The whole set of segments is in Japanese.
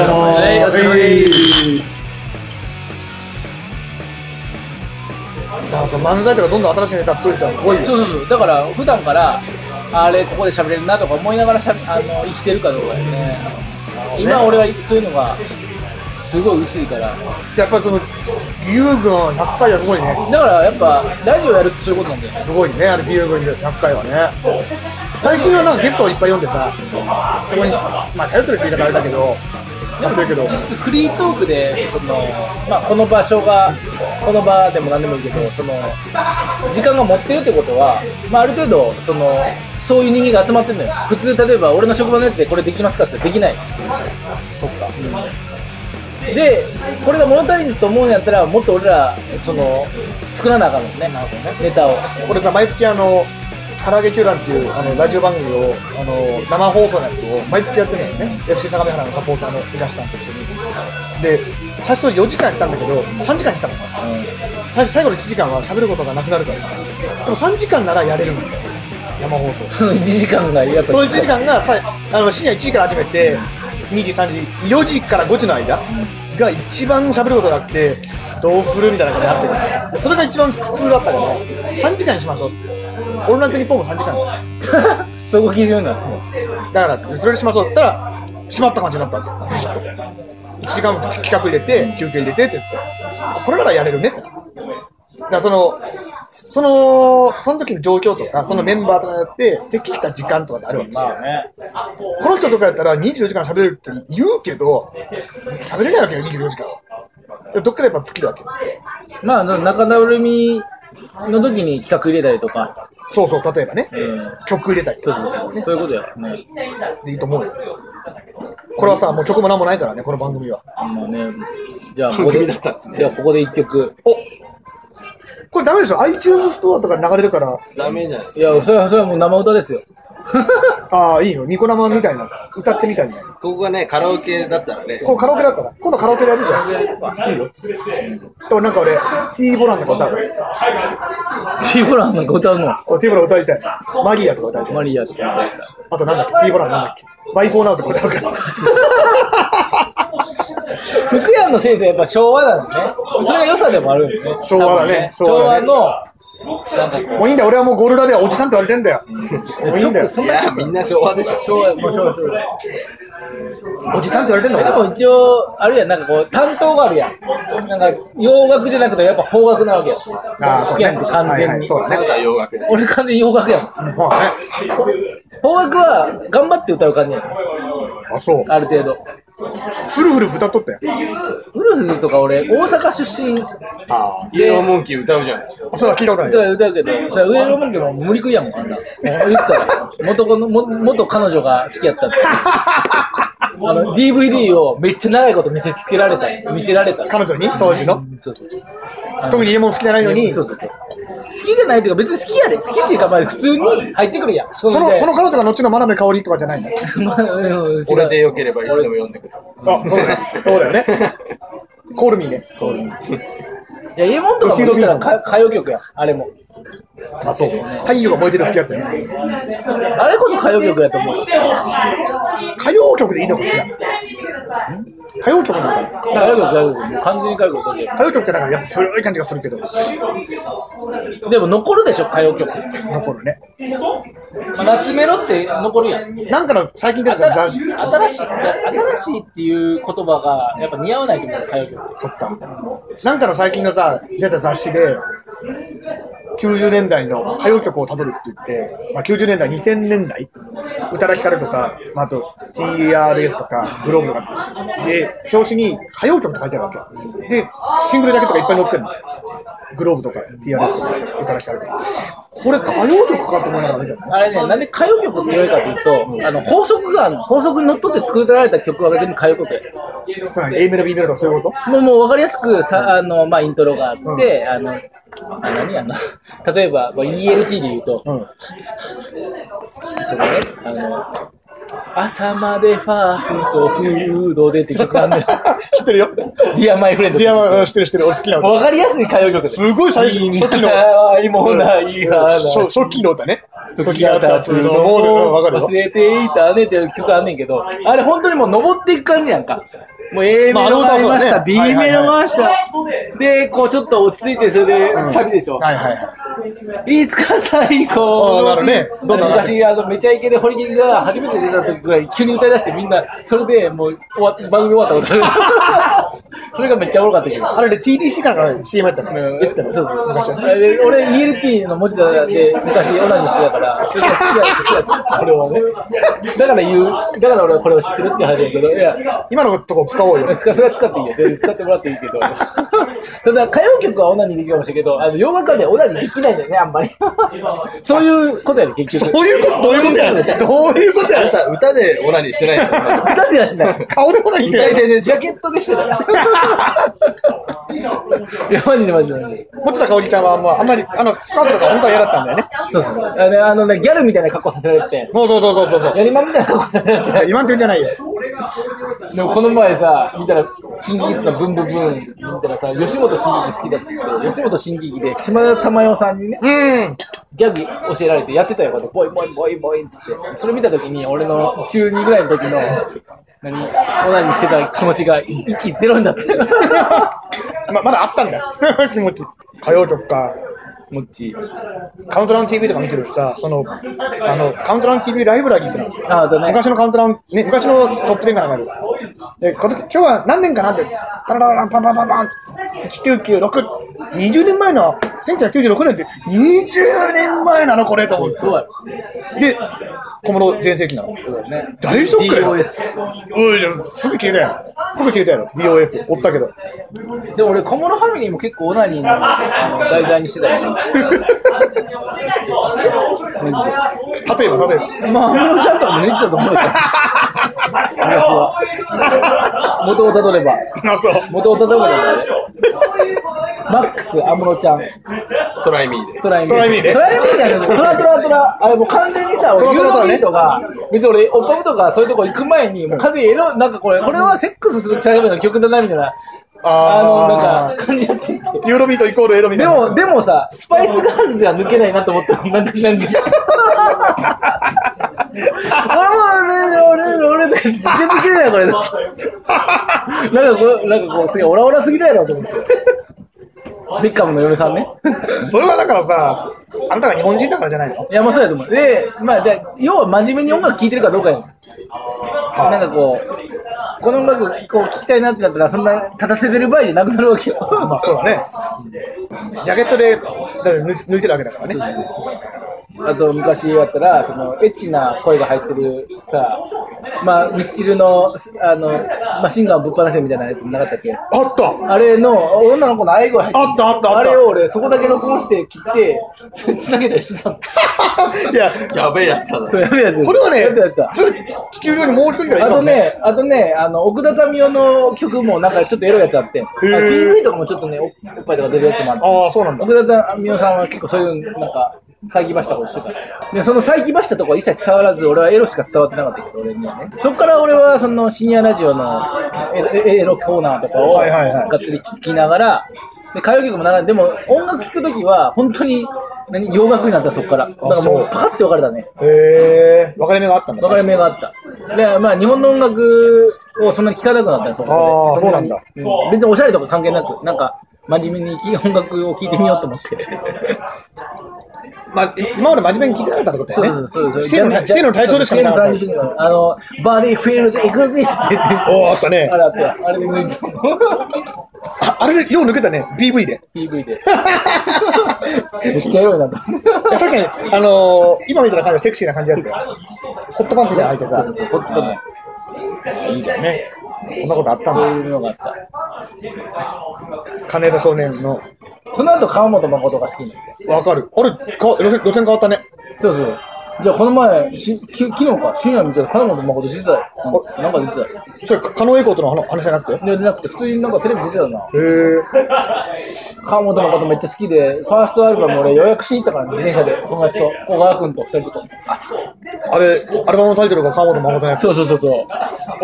やすいだからその漫才とかどんどん新しいネタ作るってのはすごいよそうそうそうだから普段からあれここで喋れるなとか思いながらしゃあの生きてるかどうかよね今俺はそういうのがすごい薄いからやっぱりこの義勇軍100回はすごいねだからやっぱラジオやるってそういうことなんだよねすごいねあの義勇軍100回はね最近はなんかゲストをいっぱい読んでさそこにまあタイトル聞いたからあれだけどやってるけど実質フリートークでその、まあ、この場所がこの場でも何でもいいけどその時間が持ってるってことは、まあ、ある程度そのそういう人間が集まってるのよ普通例えば俺の職場のやつでこれできますかって言ったらできないそっかでこれが物足りんと思うんやったらもっと俺らその作らなあかんのねネタを俺さ毎月あの唐揚げ球団っていうあのラジオ番組をあの生放送のやつを毎月やってるのよね FC 相模原のサポーターの東さんと一緒にで最初4時間やってたんだけど3時間やったのかな最初最後の1時間は喋ることがなくなるからでも3時間ならやれるのよ生放送その1時間がやっぱその1時間がさあの深夜1時から始めて2時3時4時から5時の間が一番喋ることなくてどうするみたいな感じになってるそれが一番苦痛だったから3時間にしましょうオールナイトニッポンも3時間だそこ基準なのからそれにしましょうって言ったら閉まった感じになったわけビシッと1時間分企画入れて休憩入れてって言ってこれならやれるねってなってだからそのそのその時の状況とかそのメンバーとかによって適した時間とかってあるわけまあねこの人とかやったら24時間喋れるって言うけど、喋れないわけよ、24時間は。でどっからやっぱ尽きるわけよ。まあ中だるみの時に企画入れたりとか、そうそう、例えばねう。ん曲入れたりそとうかそうそう、そういうことや。ね、でいいと思うよ。これはさ、もう曲も何もないからね、この番組は。まあね、じゃあこ番こで、組だったんですねじゃあここで一曲。おこれダメでしょ ?iTunes ストアとかに流れるから、ダメじゃないですいか。や、それは、それはもう生歌ですよ。 ああ、いいよ。ニコ生みたいな。歌ってみたいな。ここがね、カラオケだったらね、こうカラオケだったら、今度カラオケでやるじゃん。いいよ。でもなんか俺、T ボランとか歌う。チーボランなんか歌うの。俺 T ボラン歌いたい。マギアとか歌いたい。マリアとか歌った。あとなんだっけ ?T ボランなんだっけバイフォーナウとか歌うから。福山の先生やっぱ昭和なんですね。それが良さでもあるんだね。昭和だね多昭分昭和だ和ねの、なんかこもういいんだよ、俺はもうゴルラではおじさんって言われてんだよ。もういいんだよ。そいんなや、みんな昭和でしう、昭ょ。和、もう昭和、昭和。おじさんって言われてんのえでも一応、あるやん、なんかこう、担当があるやん。なんか、洋楽じゃなくて、やっぱ邦楽なわけや。ああ、そう福ね。山って完は全いはいに。そうだあなね。たは洋楽です。俺完全に洋楽やもん。うんまあね。邦楽は頑張って歌う感じやん。あ、そう。ある程度。フルフル豚取ったよ。ウルフとか俺、大阪出身あイエローモンキー歌うじゃん。あ。そうだ、聞いたことないとよ。か歌うけど、それウエロモンキーも無理くりやもん、あんな。もう言ったら、元子の、も元彼女が好きやったって。あの、DVD をめっちゃ長いこと見せつけられた。見せられた。彼女に当時の。うんそうそう特に家も好きじゃないのに、そそうそうそう。好きじゃないというか、別に好きやで。好きっていうか、まあ、普通に入ってくるやん。その、その彼女が後の真鍋香織とかじゃないの まあうん違う俺でよければいつでも呼んでくれ。あ、そうだね。そうだよね。コールミーね。いや、イエモンとかも言ったらか歌謡曲やん。あれも。あ、そう。太陽が燃えてる吹き合ったよ。あれこそ歌謡曲やと思う。歌謡曲でいいのかしら。歌謡曲なんだ。歌謡曲、歌謡曲。もう完全に歌謡曲だけ歌謡曲ってなんかやっぱ古い感じがするけど、でも残るでしょ、歌謡曲。残るね。まあ夏メロって残るやん。なんかの最近出てた新雑し誌い、新しい新しいっていう言葉がやっぱ似合わないと思う、歌謡曲。そっか。なんかの最近のさ、出た雑誌で、90年代の歌謡曲をたどるって言って、まあ、90年代、2000年代、宇多田ヒカルとか、まあ、あと TRF とか、グローブとか、で、表紙に歌謡曲って書いてあるわけよ。で、シングルジャケットがいっぱい載ってるの。グローブとか、TRF とか、宇多田ヒカルとか。これ歌謡曲かと思いながら見たのね。あれね、なんで歌謡曲って言うかというと、あの法則があるの法則にのっとって作られた曲は全部歌謡曲や。つまり A メロ、B メロとかそういうこともう、もう分かりやすくさ、あの、まあ、イントロがあって、うんあの、あ何あの、 例えば、まあ、ELT で言うと、うん。そのね、あの、朝までファーストフードでっていう曲があるんだよ。 知ってるよ。ディアマイフレンド。ディアマ、知ってる知ってる。俺好きな歌。わかりやすい歌謡曲ですごい最初いい初期 の。な、いもない話。初初期の歌ね。時が経つのもうもわかる忘よ。れていたねっていう曲あんねんけど、あれ本当にもう登っていく感じやんか。もう A メまあロがありました、あの歌 B そうだねメロがありました、で、こうちょっと落ち着いて、それうんでサビでしょ。はいはいはい。いつか最高あーなるねどんな昔、あの、めちゃイケで堀切が初めて出た時ぐらい急に歌い出してみんな、それでもう終わ番組終わった こと。それがめっちゃおもろかったけど。あれで TBC からの CM やったうんの。いつかそうのそう昔。あれ 俺、ELT の文字だで昔オナニーしてたから、それが好きや、好きやった、俺はね。だから言う、だから俺はこれを知ってるって話だけど、いや、今のとこ使おうよ。使それは使っていいよ。全然使ってもらっていいけど。ただ、歌謡曲はオナニーできるかもしれないけど、あの、洋楽はね、オナニーできないんだよね、あんまり。そういうことやね、結 ど局。ういうことどういうことやねんどういうことあやなた、歌でオナニーしてないですよ。歌ではしない。顔でもないんだ歌いよ。手でジャケットでしてたよ。いや、マジでマジでマジで。持田香織ちゃんは、まあ、あんまり、あの、スカートとか本当は嫌だったんだよね。そうそう。あのね、あのね、ギャルみたいな格好させられて、そうそうそうそうそやりまんみたいな格好させられてう。。今んとこじゃないよ。でもこの前さ、見たら、キンキキッズのブンブンブン見たらさ、吉本新喜劇好きだって言って、吉本新喜劇で島田珠代さんにね、うん。ギャグ教えられてやってたよ、こうやってボイボイボイボイっつって。それ見たときに、俺の中2ぐらいの時の、何、オナニーしてた気持ちが一気ゼロになって。 ま、まだあったんだ よ。気持ち。歌謡曲か。もっち。カウントダウン TV とか見てるとさ、その、あの、カウントダウン TV ライブラリーってのがあるああ、だね。昔のカウントダウン、ね、昔のトップ10が流れる。で、今年今日は何年かなって、タララランパンパンパンパン、1996、20年前の、1996年って、20年前なのこれと思って。そうだよ。で、小室全盛期なの。大ショックだよ。 DOS。おい、すぐ消えたよ。すぐ消えたよ。DOF、おったけど。でも俺、小室ファミリーも結構オナニーの題材にしてたよ。例えば、例えば。まあ、安室ちゃんとかも寝てたと思うよ。話は。元をたどれば。あ、そう。元をたどれば。マックス、安室ちゃん。トライミーで。トライミー。トライミーねトライミーだけど、トラトラトラ。あれもう完全にさ、俺、トユーラトラトロラビねートが、別に俺、オッパブとかそういうとこ行く前に、もう完全にエロ、なんかこれ、これはセックスするための曲だな、みたいな、あの、あなんか、感じやってて。ー、ユーロビートイコールエロみたいでな。も、でもさ、スパイスガールズでは抜けない なと思ったの。なんか、なんか。俺も、俺、俺、俺、全然抜けないな、これ。なんかこう、なんかこう、すげえ、オラオラすぎるやろ、と思って。ビッカムの嫁さんね。それはだからさ、あなたが日本人だからじゃないのいや、まあそうやと思う。で、まあ、じゃあ要は真面目に音楽聴いてるかどうかやん。なんかこう、この音楽、こう、聴きたいなってなったら、そんな、立たせてる場合じゃなくなるわけよ。まあそうだね。ジャケットでだって抜抜いてるわけだからね。あと昔やったらそのエッチな声が入ってるさまあミスチルのすあのマシンガンぶっ放せみたいなやつもなかったっけあった あれの女の子の愛声入ってるあったあったあったあれを俺そこだけ録音して切ってつなげたりしてたの いや、やべえやつだな。そうやべえやつこれはねやったやった、それ地球上にもう一人ぐらいいるあかともね。ね、あとね、あの、奥田民生の曲もなんかちょっとエロいやつあって、あへー TV とかもちょっとね、おおっぱいとか出るやつもあって、ああ、そうなんだ。奥田民生さんは結構そういう、なんか、再起ましたことしてた。で、その再起ましたとこは一切伝わらず、俺はエロしか伝わってなかったけど、俺にはね。そっから俺は、その、深夜ラジオのエロエロコーナーとかを、はいはいはいがっつり聞きながら、で、歌謡曲も流れでも音楽聴くときは、本当に、何洋楽になったそっから。だからもそうう、パカって分かれたね。へえ、分かれ目があったんだ。分かれ目があった。で、まあ、日本の音楽をそんなに聴かなくなったよ、そこでああそうなんだ。にうん別におしゃれとか関係なく、なんか、真面目に音楽を聴いてみようと思って。まあ、今まで真面目に聞いてなかったってことそうだそうそうよそね。規制う。の規制の対象でしか見見なかった。あの、バディフィールドエグゼスって言って。おお、あったねあ。れあった。あれで抜いて たのああれ、よう抜けたね。PV で。 PV で。めっちゃエロいなと。いや確かに、あのー、今みたいな感じはセクシーな感じだったよ。ホットパンプみたいなの履いてさ。ホットパンプはいいいじゃんね。そんなことあったんそうだ。いうのがあった。金の少年の。その後、川本誠が好きになって。わかる。あれ、か路線路線変わったね。そうそう。じゃあ、この前、しき昨日か、深夜見てたら川本誠出てたよ。なんかなんか出てたよ。それ、狩野英孝との話話じゃなくて。へで、なくて、普通になんかテレビ出てたな。え。川本のことめっちゃ好きで、ファーストアルバム俺予約しに行ったから、自転車で、友達と、小川君と二人とか。あれ、アルバムのタイトルが川本誠のやつ。そうそうそうそう。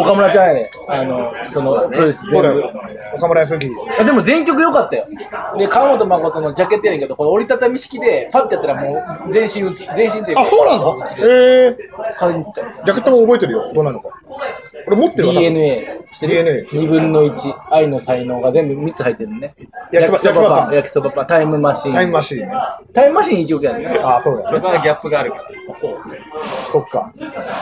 岡村ちゃんやね。あの、その、プロデュースそ全うだ部よ。岡村康之。あでも全曲良かったよ。で、川本誠のジャケットやねんけど、この折りたたみ式で、パッてやったらもう、全身打つ、全身で。あ、そうなのへえ。顔に打つジャケットも覚えてるよ。どうなのか。俺持ってるわ。多分 DNA。してる DNA 2分の1愛の才能が全部3つ入ってるね焼きそば焼きそばパン焼きそばパンタイムマシンタイムマシーンね。タイムマシン1億やねああ、そうだそれよね。はギャップがあるから。そっか。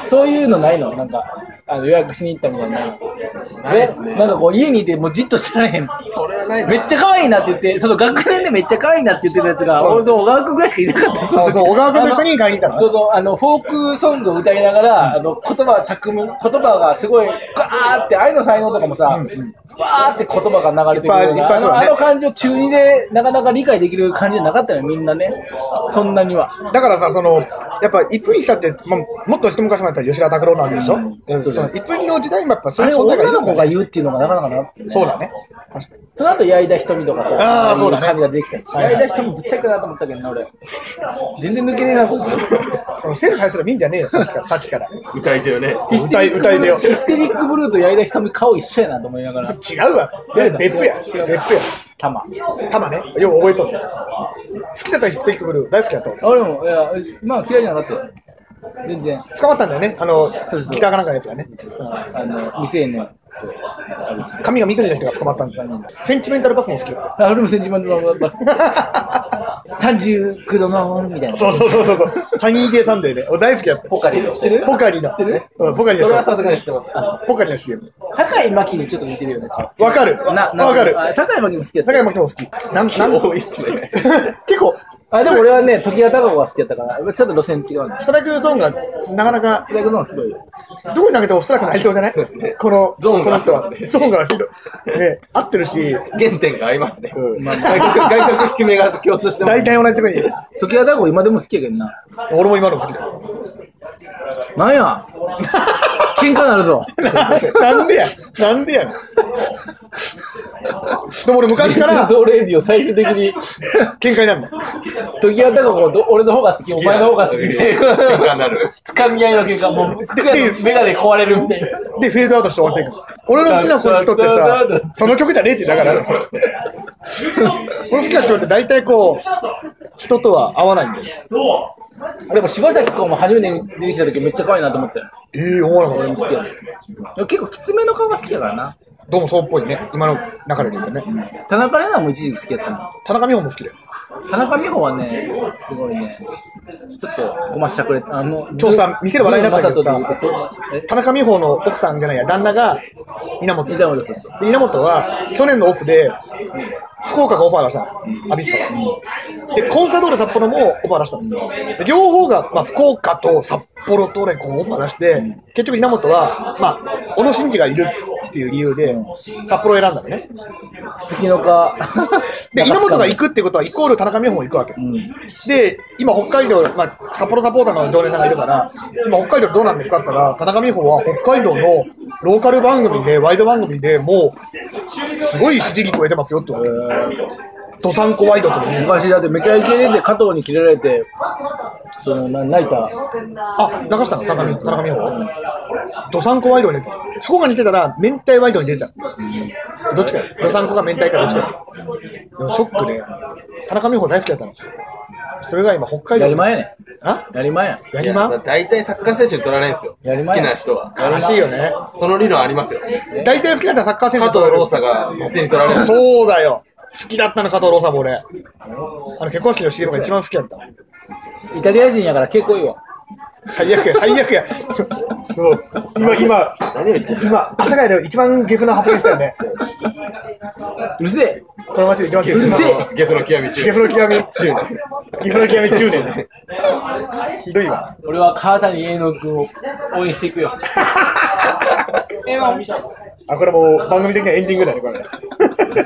そういうのないのなんか、あの予約しに行ったみたいなのないですかないですねえなんかこう、家にいて、もうじっとしてられへん。それはないめっちゃ可愛いなって言って、その学年でめっちゃ可愛いなって言ってたやつが、俺と小川君ぐらいしかいなかったですあそう小川君と一緒に買いに行ったのあそうそう、あの、フォークソングを歌いながら、あの、言葉巧み、言葉がすごい、ガーって、愛の才能とかもさ、うんうんバーって言葉が流れてくるよういっなぱいいあっぱいそうのねあの感情中二で、なかなか理解できる感じじゃなかったのよ、みんなね。そんなには。だからさ、その、やっぱ、いつにしたって、まあ、もっと一昔前だったら吉田拓郎なんでしょ、うん、そのいつにの時代もやっぱ、そあういれ、う存在がい女るの子んだがね言うっていうのがなかなかなってねそうだね。確かに。その後、矢井田瞳とかさ、あーいそうだね感じができたりして、はいはい矢井田瞳ぶっさいかなと思ったけどな、俺。全然抜けねえな、こいつ。そのセルフ対する見んじゃねえよ、さっきから。さっきから歌い手よね。歌い歌い手よヒステリックブルーと矢井田瞳顔一緒やなと思いながら。違うわ。それ別府や。別府違うや。たま。たまね。よう覚えとる。好きだったらヒップテックブルー、大好きだった俺。俺も、いや、まあ嫌いじゃなかったよ。全然、捕まったんだよね。あの、そうそう北かなんかのやつがね。うんあの、未成年。髪が緑の人が捕まったんだよ。センチメンタルパスも好きだっあ、俺もセンチメントのバス。た。 39度の、みたいな。そうそうそうそうそう。サニーデーサンデーで。俺大好きだった。ポカリの。知ってるポカリの知ってるうんポカリのそれはさすがに知ってます。ポカリの CM。酒井真紀にちょっと似てるよね。わかる。な、わなかる。あ酒井真紀も好きやった高。山君も好き。なん、なん、多いっすね。 結構、あ、でも俺はね、時矢高子が好きやったから、ちょっと路線違うんだ。ストライクゾーンがなかなか、スライドの方がすごいよ。どこに投げてもストライクになりそうじゃないこの、ゾーンこがの人は合ってます。ねゾーンが広い。ね、合ってるし、原点が合いますね。うん外国、外国低めが共通してます大。体同じとこに。時矢高子今でも好きやけどな。俺も今のも好きだよ。なんや喧嘩なるぞ。 なんでやなんでやねんでも俺昔 からドレディを最終的 に、喧嘩になるの。時矢高子ど俺の方が好き、お前の方が好き で。喧嘩になる。掴み合いの喧嘩、もう、机のメガネ壊れるみたいな。で、フェードアウトして終わっていくの。俺の好きな子の人ってさ、その曲じゃねえってだから。俺の好きな人って大体こう、人とは合わないんだよ。でも柴咲コウも初めて出てきた時めっちゃ可愛いなと思ったよ。ええ思わなか俺っも好きやねでも結構きつめの顔が好きやからな。た。どうもそうっぽいね。今の中で言うとね。田中玲奈も一時期好きやったの。田中美穂も好きだよ。田中美穂はね、すごいね、ちょっとごましゃくれあの、今日さ見てる話題になったけどさズームマサトで言うと田中美穂の奥さんじゃないや、旦那が稲本え、。板森さんそうそうで、稲本は去年のオフで、福岡がオファー出したの、アビスパが。で、コンサドーレ札幌もオファー出したの。で両方が、まあ、福岡と札幌とレコンオファー出して、結局稲本は、まあ、小野伸二がいるっていう理由で、札幌を選んだのね。鈴木のか。で、稲本が行く。くってことは、イコール田中美穂も行くわけ。うん。で、今、北海道、まあ、札幌サポーターの常連さんがいるから、今、北海道どうなんですかって言ったら、田中美穂は北海道のローカル番組で、ワイド番組でもう、すごい支持率を得てますよってわけ。ドサンコワイドとかね。昔だってめちゃイケ出て加藤にキレられて、その、な泣いた。あ、流したの田中美田中美穂は。ドサンコワイドに出た。そこが似てたら、明太ワイドに出てた。どっちかよドサンコか明太かどっちかやったでもショックで、田中美穂大好きだったの。それが今、北海道。やりまんやねあん。やりまん やん。やりまんいや大体サッカー選手に取らないんですよ。やり好まんきやな人は。悲しいよね。その理論ありますよ。大体好きだったらサッカー選手加藤ローサが別に取られない。 そうだよ。好きだったの、加藤ローサも俺。あの、結婚式の CM が一番好きだった。イタリア人やから結構いいわ。最悪や、最悪や。そう今、今、何を言ってる今、朝会で一番ゲフな発言したよね。うるせえこの街で一番ゲうるフせえゲスの極み中。ゲフの極み中 年。ゲフの極み10年。ひどいわ。俺は川谷栄之君を応援していくよ。 えのあ、これもう番組的なエンディングだね、これ。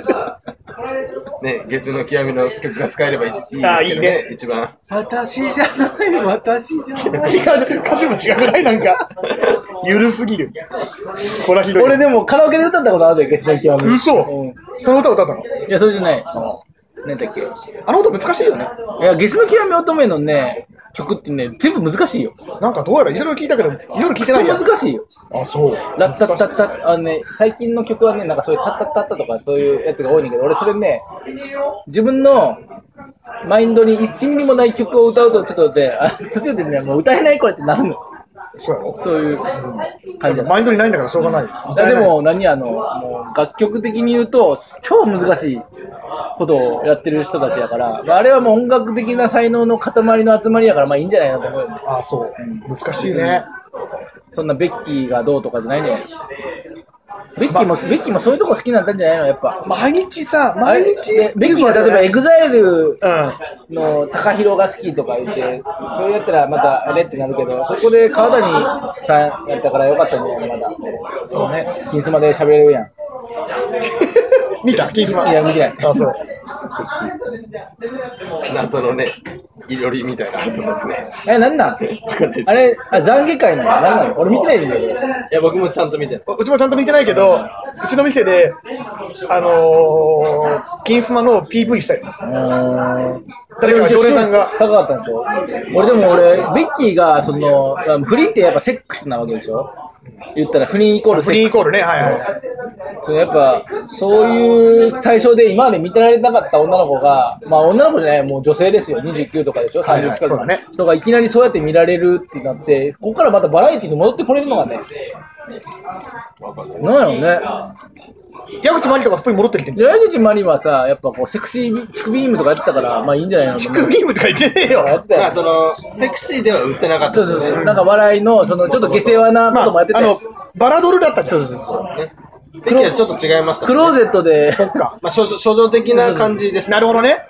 ね、ゲスの極みの曲が使えればいいいいですけあどーいいねね、一番。私じゃない、私じゃない。違う、歌詞も違くないなんか。ゆるすぎる。これはひどい。 俺でもカラオケで歌ったことあるよ、ゲストの極み。嘘、うんその歌歌ったのいや、それじゃない。あなんだっけ。いあの歌難しいよね。や、ゲスの極み乙女のね、曲ってね、全部難しいよ。なんかどうやらいろいろ聞いたけど、いろいろ聞いてそなういやん。難しいよ。あ、そう。ラッタッタッタッ、あのね、最近の曲はね、なんかそういうタッタッタッタとかそういうやつが多いんだけど、俺それね、自分のマインドに1ミリもない曲を歌うと、ちょっとで、あ途中でね、もう歌えないこれってなるの。そうやろそういうだ感かじらマインドにないんだからしょうがない。いやでも何あの、もう楽曲的に言うと、超難しいことをやってる人たちやから、まあ、あれはもう音楽的な才能の塊の集まりやから、まあいいんじゃないなと思うよね。ああ、そう。難しいね。そんなベッキーがどうとかじゃないんじゃないベッキーも、ベッキーもそういうとこ好きなんだんじゃないのやっぱ。毎日さ、毎日あれ。ベッキーが例えばエグザイルば、の高弘が好きとか言って、それやったらまたあれってなるけど、そこで川谷さんやったからよかったんじゃないのまうん。そうね。 だ。金スマで喋れるやん。見た金スマ。いや見てないあ、そう。謎のね、いろりみたいなことです ね。え、なんなんかんないですあれ、あ、懺悔会なのなんなの俺見てないんだけど。いや、僕もちゃんと見てない。ううちもちゃんと見てないけど、うちの店で、あのー、金スマの PV したよ。誰かが常連さんが。高かったんでしょ俺でも俺、ベッキーが、その、まあ不倫ってやっぱセックスなわけでしょ言ったら不倫イコールセフッリークイスコ。ールね、はいはいはい。そのやっぱ、そういう対象で今まで見てられなかった女の子が、まあ女の子じゃない、もう女性ですよ。29とかでしょはいはい ?30 近くそうだね人がいきなりそうやって見られるってなって、ここからまたバラエティに戻ってこれるのがね。なんやろうね。矢口真理とか普通に戻ってきてん矢口真理はさ、やっぱこう、セクシーチクビームとかやってたから、まあいいんじゃないのチックビームとか言ってねえやっよ。てたまあ、よ。その、セクシーでは売ってなかったそうですそうね。そう。なんか笑いの、その、ちょっと下世話なこまともあ、やってたあのよ。、バラドルだったじゃそん。うそうそう。ベッキーはちょっと違いました、ね。クローゼットで、そっか。まあ、処女処女的な感じでした。なるほどね。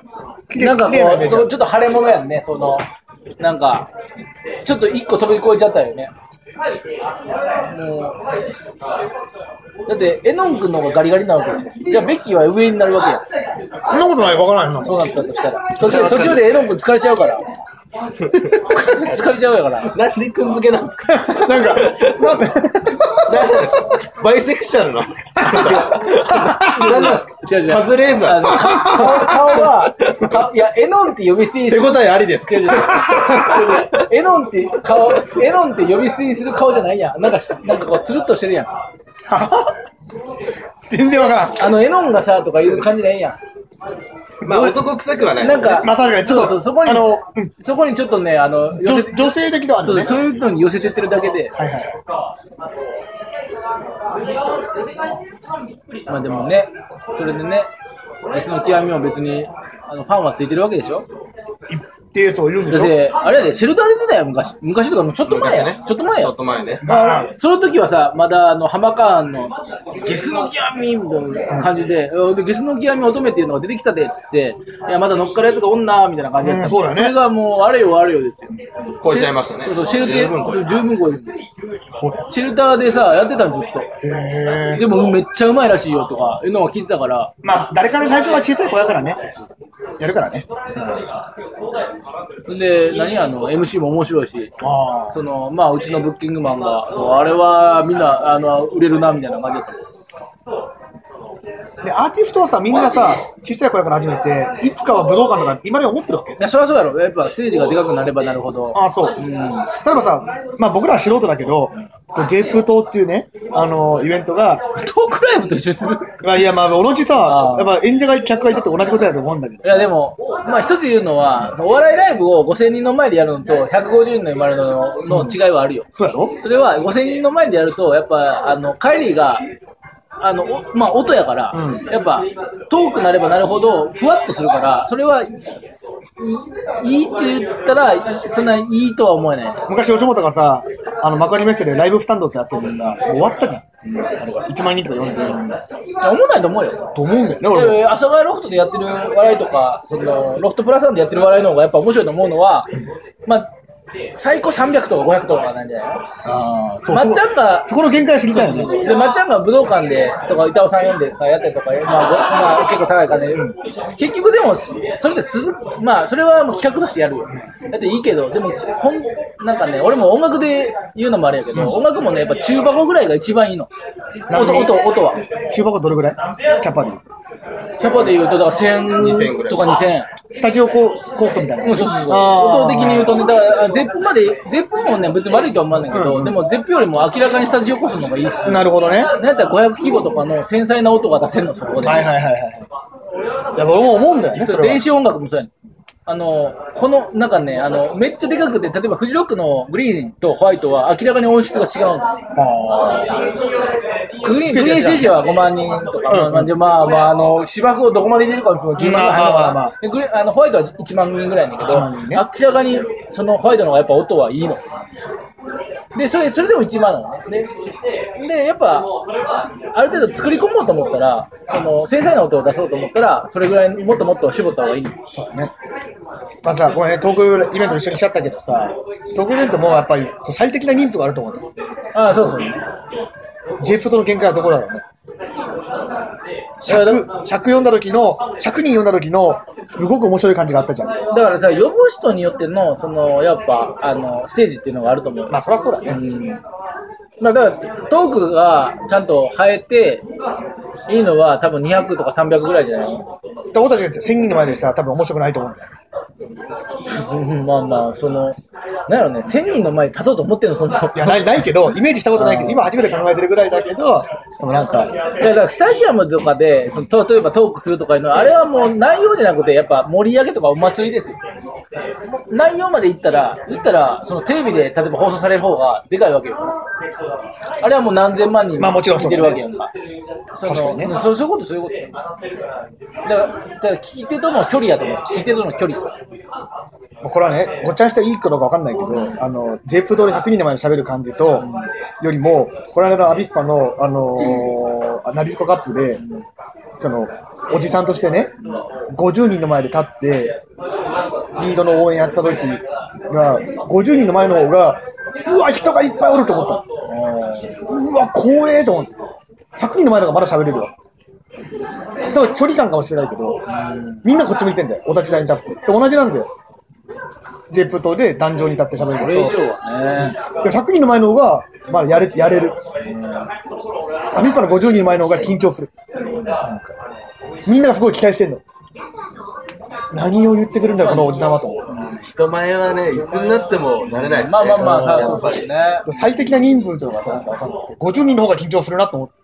綺麗 なんか綺麗なイメージこう、そだうちょっと腫れ物やんね、その、なんか、ちょっと一個飛び越えちゃったよね。もう、だって、エノン君の方がガリガリなわけでしょ。じゃあ、ベッキーは上になるわけや。そんなことない、わからないの。そうなったとしたら。途中途中でエノン君疲れちゃうから。 疲れちゃうやか ら。なんでくんづけなんですかななんか、なんんかなんですかバイセクシャルなんですかなんなんですか違う違うカズレーザーあの顔顔は、かいや、エノンって呼び捨てにす手る。応えあ りです違う違う違う違うエノンって顔、エノンって呼び捨てにする顔じゃないやん。なんかし、なんかこう、つるっとしてるやん。 全然わからん。あの、エノンがさ、とかいう感じないやん。まあ、男臭くはない。なんか、まあ確かにちょっそとうそう、そこに、あのうんそこにちょっとね、あの、寄せ女女性的ではあるそのう、ね。そういうのに寄せてってるだけで、はいはいはい。まあでもね、それでね、その極みも別に、あの、ファンはついてるわけでしょ一定数いるんでしだっょて、あれやで、シェルターで出たよ、昔。昔とかもうちょっと前や。昔ねちょっと前ちやょっ。と前ね。まあ、その時はさ、まだあの浜川のゲスの極みみたいな感じで、でゲスの極み乙女っていうのが出てきたでっつって、いや、まだ乗っかるやつがおんなみたいな感じだった、うんそうだねれがもう、あれよあれよですよ。超えちゃいましたね。そうそう、シェルテ十分超えー、十分超えてるほら。シェルターでさ、やってたのずっと。へえ。でも、うんめっちゃうまいらしいよとか、いうのは聞いてたから、まあ、誰から最初は小さい子やからね。やるからね。で、何あの、MC も面白いし、ああ。その、まあ、うちのブッキングマンが、あれはみんな、あの、売れるな、みたいな感じだった。で、アーティストはさ、みんなさ、小さい子やから始めて、いつかは武道館とか、今でも思ってるわけ。いや、そりゃそうやろ。やっぱ、ステージがでかくなればなるほど。ああ、そう。例えばさ、まあ僕らは素人だけど、こう J2 党っていうね、あの、イベントが、トークライブと一緒にするまあいやまあ、同じさあ、あやっぱ演者がいて客がいてって同じことだと思うんだけどい。やでも、まあ一つ言うのは、お笑いライブを5000人の前でやるのと150人の前のの違いはあるよ。そうやろそれは5000人の前でやると、やっぱ、あの、帰りが、あの、おまあ音やから、うんやっぱ、遠くなればなるほど、ふわっとするから、それは、いいいいって言ったら、そんないいとは思えない。昔吉本がさ、あの、幕張メッセでライブスタンドってやってるけどさ、もう終わったじゃん。あれが1万人とか呼んで、思わないと思うよ。と思うんだよね、い俺やいも。や阿佐ヶ谷ロフトでやってる笑いとか、そのロフトプラスさんでやってる笑いの方がやっぱ面白いと思うのは、まあ、最高300とか500とかなんじゃないああ、そうまっそこちゃんがそこの限界を知りたいよね。で、まっちゃんが武道館で、とか、板尾さん呼んでさ、やったりとか、まあご、まあ、結構高い金、結局でも、それで続く、まあ、それはもう企画としてやるよ。だっていいけど、でも、ほん、なんかね、俺も音楽で言うのもあれやけど、音楽もね、やっぱ中箱ぐらいが一番いいの。音、音、音は。中箱どれぐらいキャパで言うと。キャパで言うと、だから1000とか2000。スタジオコーコーストみたいな。うん、そうそうそう。あー音的に言うとね、だから、ゼップまで、ゼップもね、別に悪いとは思わないけど、うんうんでも、ゼップよりも明らかにスタジオこその方がいいし、なるほどね。はなんやったら500規模とかの繊細な音が出せるの、そこいで。はいはいはい。いや、俺も思うんだよね、そそうれ練は。習音楽もそうやねん。あの、この、なんかね、あの、めっちゃでかくて、例えばフジロックのグリーンとホワイトは明らかに音質が違うの。あグリーン、グリーンステージは5万人とか、まあまあ、でまあ、まあ、あの、芝生をどこまで入れるかも10万人まあ入るのまかあまあなでグリーンあの、ホワイトは1万人ぐらいだけ1ど、万人ね明らかにそのホワイトの方がやっぱ音はいいの。で、それ、それでも1万なのね。で、で、やっぱ、ある程度作り込もうと思ったら、その、繊細な音を出そうと思ったら、それぐらい、もっともっと絞った方がいいの。あ、そうだね。まあさ、ごめんね、トークイベント一緒にしちゃったけどさ、トークイベントもやっぱりこう最適な人数があると思うんだよ。ああ、そうそう。ジェフとの限界はどこだろうね。いやだ100、100読んだ時の、100人読んだ時の、すごく面白い感じがあったじゃん。だからさ、呼ぶ人によっての、その、やっぱ、あの、ステージっていうのがあると思う。まあそりゃそうだうね。んまあ、だからトークがちゃんと生えていいのは多分200とか300ぐらいじゃ ないので俺たちが1000人の前でさ、多分面白くないと思うんだよ。うんまあまあそのなんやろね1000人の前に立とうと思ってるのその人いや、ないないけど、イメージしたことないけうど、ん今初めて考えてるぐらいだけど、でもなんか、いやだからスタジアムとかでそのと例えばトークするとかいうのはあれはもう内容じゃなくてやっぱ盛り上げとかお祭りですよ内容までいったらいったらそのテレビで例えば放送される方がでかいわけよあれはもう何千万人まあもちろん見てるわけやんか、その確かにねうんそうそういうことそういうことだからだから聞き手との距離やと思う聞き手との距離もうこれはね、ごっちゃにしていいかどうかわかんないけど、あの、ジェイプ通り100人の前で喋る感じと、よりも、この間のアビスパの、あのー、ナビスコカップで、その、おじさんとしてね、50人の前で立って、リードの応援やった時が、50人の前の方が、うわ、人がいっぱいおると思った。うわ、光栄と思って。100人の前の方がまだ喋れるわ。そう、距離感かもしれないけど、みんなこっち向いてんだよ。お立ち台に立って。で、同じなんだよ。ジェプトで壇上に立って喋るこれ以の上と。はねで100人の前の方が、まあ、やれ、やれる。アミパの50人の前の方が緊張する。なんかみんながすごい期待してんの。何を言ってくるんだろう、このおじさんはと思って。人前はね、いつになっても慣れないですね。まあまあまあやそっうぱでりすね。ね最適な人数というのがさなんか分かんなくて、50人の方が緊張するなと思って。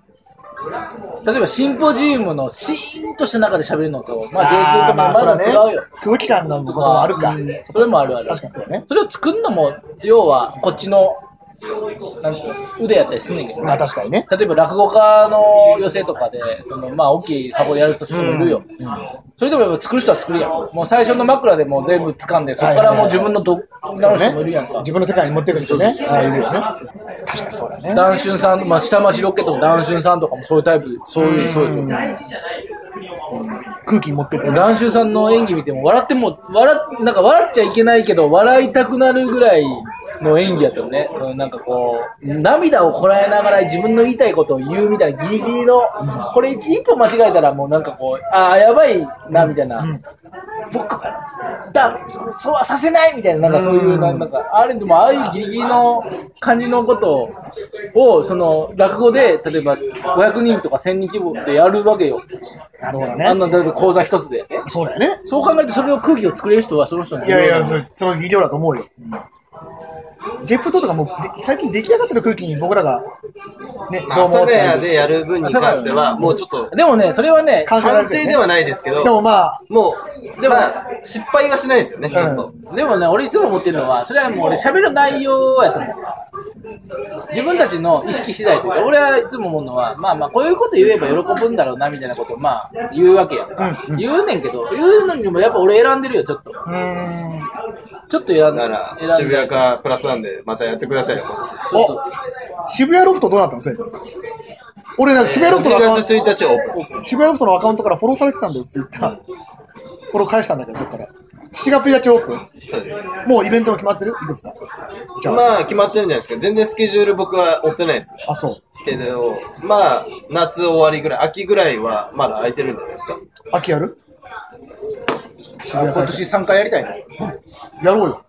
例えばシンポジウムのシーンとした中で喋るのと、まあ、あ J2 ーとかまだ違うよ。。そね空気感のこともあるかう。んそれもあるある。確かにそうだね。それを作るのも、要はこっちの、なんつうの、腕やったりすんねんけど。まあ確かにね。例えば落語家の寄席とかで、そのまあ大きい箱でやる人もいるよ。それでもやっぱ作る人は作るやん。もう最初の枕でもう全部掴んで、そこからもう自分のど、そ直うし人もいるやんね。か。自分の世界に持っていく人ね。ああ、いるよね。確かにそうだね。ダンシュンさん、まあ下町ロケットのダンシュンさんとかもそういうタイプ、そういう、そうですよね。空気持ってってね。男衆さんの演技見ても笑っても笑っなんか笑っちゃいけないけど笑いたくなるぐらいの演技やったよねそのなんかこう涙をこらえながら自分の言いたいことを言うみたいなギリギリのこれ一一歩間違えたらもうなんかこうああやばいなみたいな、僕だそそうはさせないみたいななんかそういうななんかあれでもああいうギリギリの感じのことををその落語で例えば500人とか1000人規模でやるわけよなるほどあんね。なだって講座一つでねそうだよね。そう考えると、それを空気を作れる人はその人のいやいや、そその技量だと思うよ。ジェップトとかもうで最近出来上がってる空気に僕らが、ね、まあ、どうも朝っヶてなる谷でやる分に関しては、もうちょっと、でもね、それはね、完完成ではないですけでもど、まあ、もう、でも、失敗はしないですよね、ちょっと。でもね、俺いつも思ってるのは、それはもう俺喋る内容やと思う。自分たちの意識次第というか、俺はいつも思うのは、まあまあ、こういうこと言えば喜ぶんだろうな、みたいなことを、まあ、言うわけや、うんうん言うねんけど、言うのにもやっぱ俺選んでるよ、ちょっと。うーん。ちょっと選んでだるか。選んら、で渋谷かプラスワンでまたやってくださいよ、今年ちょっと渋谷ロフトどうなったのそれ俺なんか渋谷ロフトのアカウント7月1日はオープン。渋谷ロフトのアカウントからフォローされてたんだよ、ツイッター。フォロー返したんだけど、そっから。7月1日オープン。そうです。もうイベントも決まってるいくつか。じゃあ、まあ、決まってるんじゃないですか。全然スケジュール僕は追ってないです。あ、そう。けど、まあ、夏終わりぐらい、秋ぐらいはまだ空いてるんじゃないですか。秋やる渋谷今開年3回やりたいやろうよ。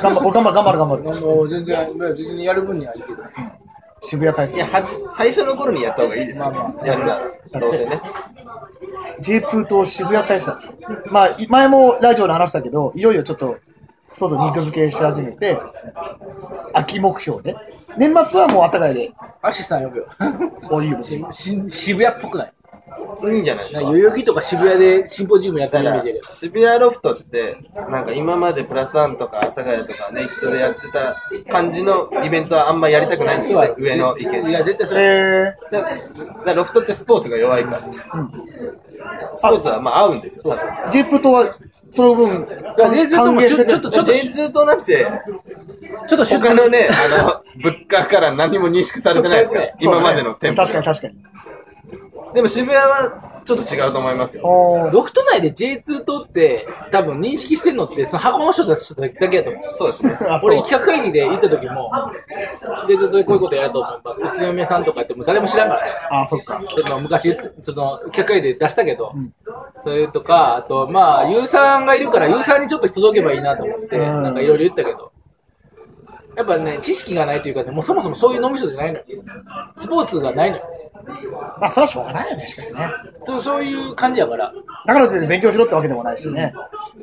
頑張る、頑張る、頑張る、頑張る。の。もう全然、全然やる分にはいいけど。渋谷開いや、催。はじ最初の頃にやった方がいいですよ。やるなら、どうせね。 J プーと渋谷開催。まあ、い前もラジオで話したけど、いよいよちょっと、外肉付けし始めて、秋目標で。年末はもう朝帰で、 アシスさん呼ぶよ。お湯。しし渋谷っぽくないいいんじゃないですなかんか代々木とか渋谷でシンポジウムやっただイメーからジやけど。渋谷ロフトってなんか今までプラスワンとか阿佐ヶ谷とかネイキッドでやってた感じのイベントはあんまやりたくないんですよね上の意見いや、絶対それ。えだからだからロフトってスポーツが弱いから、スポーツはまあ合うんですよ多分ー、ジェプトはその分、いや J2 ともしゅちょっとちょっと J2 となんちてょっと他のねあの物価から何も認識されてないですからそう今ねまでの店舗確かに確かに。でも渋谷はちょっと違うと思いますよおーロフト内で J2 とって、多分認識してるのって、その箱の人たちだけやと思う。そうですねあそう俺、企画会議で行った時も、J2 とでこういうことやると思う。宇都宮さんとかやっても誰も知らんからね。あ、そっか。その昔、その企画会で出したけど、それとか、あと、まあ、ユーさんがいるから、ユーさんにちょっと届けばいいなと思って、うんなんかいろいろ言ったけど、やっぱね、知識がないというかね、もうそもそもそういう飲み人じゃないのよ。スポーツがないのよ。まあ、それはしょうがないよね、確かにね。そうそういう感じやから。だからといって勉強しろってわけでもないしね。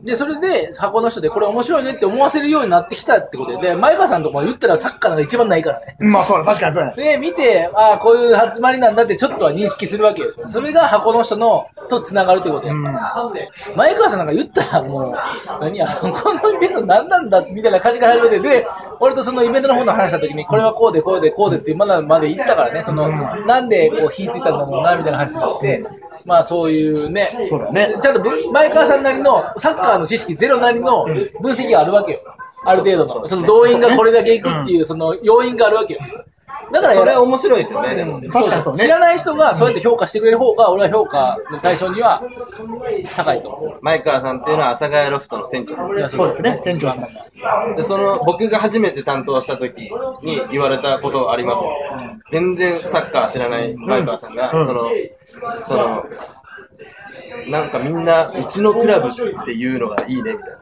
で、それで、箱の人でこれ面白いねって思わせるようになってきたってことで、で前川さんとかも言ったらサッカーなんか一番ないからね。まあ、そうだ、確かにそうだね。で、見て、ああ、こういう集まりなんだってちょっとは認識するわけよ。それが箱の人の、と繋がるってことや。前川さんなんか言ったらもう、何や、このイベント何なんだみたいな感じから始めて、で、俺とそのイベントの方の話した時に、これはこうでこうでこうでって、まだまで言ったからね、その、なんでこう火ついたんだろうな、みたいな話になって、まあそういうね、そうだね。ちゃんとぶ前川さんなりのサッカーの知識ゼロなりの分析があるわけよ。ある程度の。その動員がこれだけいくっていう、その要因があるわけよ。だからそやれら面白いですよねでも確かにそうね知らない人がそうやって評価してくれる方が、俺は評価の対象には高いと思う。前川さんっていうのは阿佐ヶ谷ロフトの店長さんいやそうですね、店長さんだから。でその僕が初めて担当した時に言われたことありますよ、全然サッカー知らないバイバーさんが、うんそのそのなんかみんなうちのクラブっていうのがいいねみたいな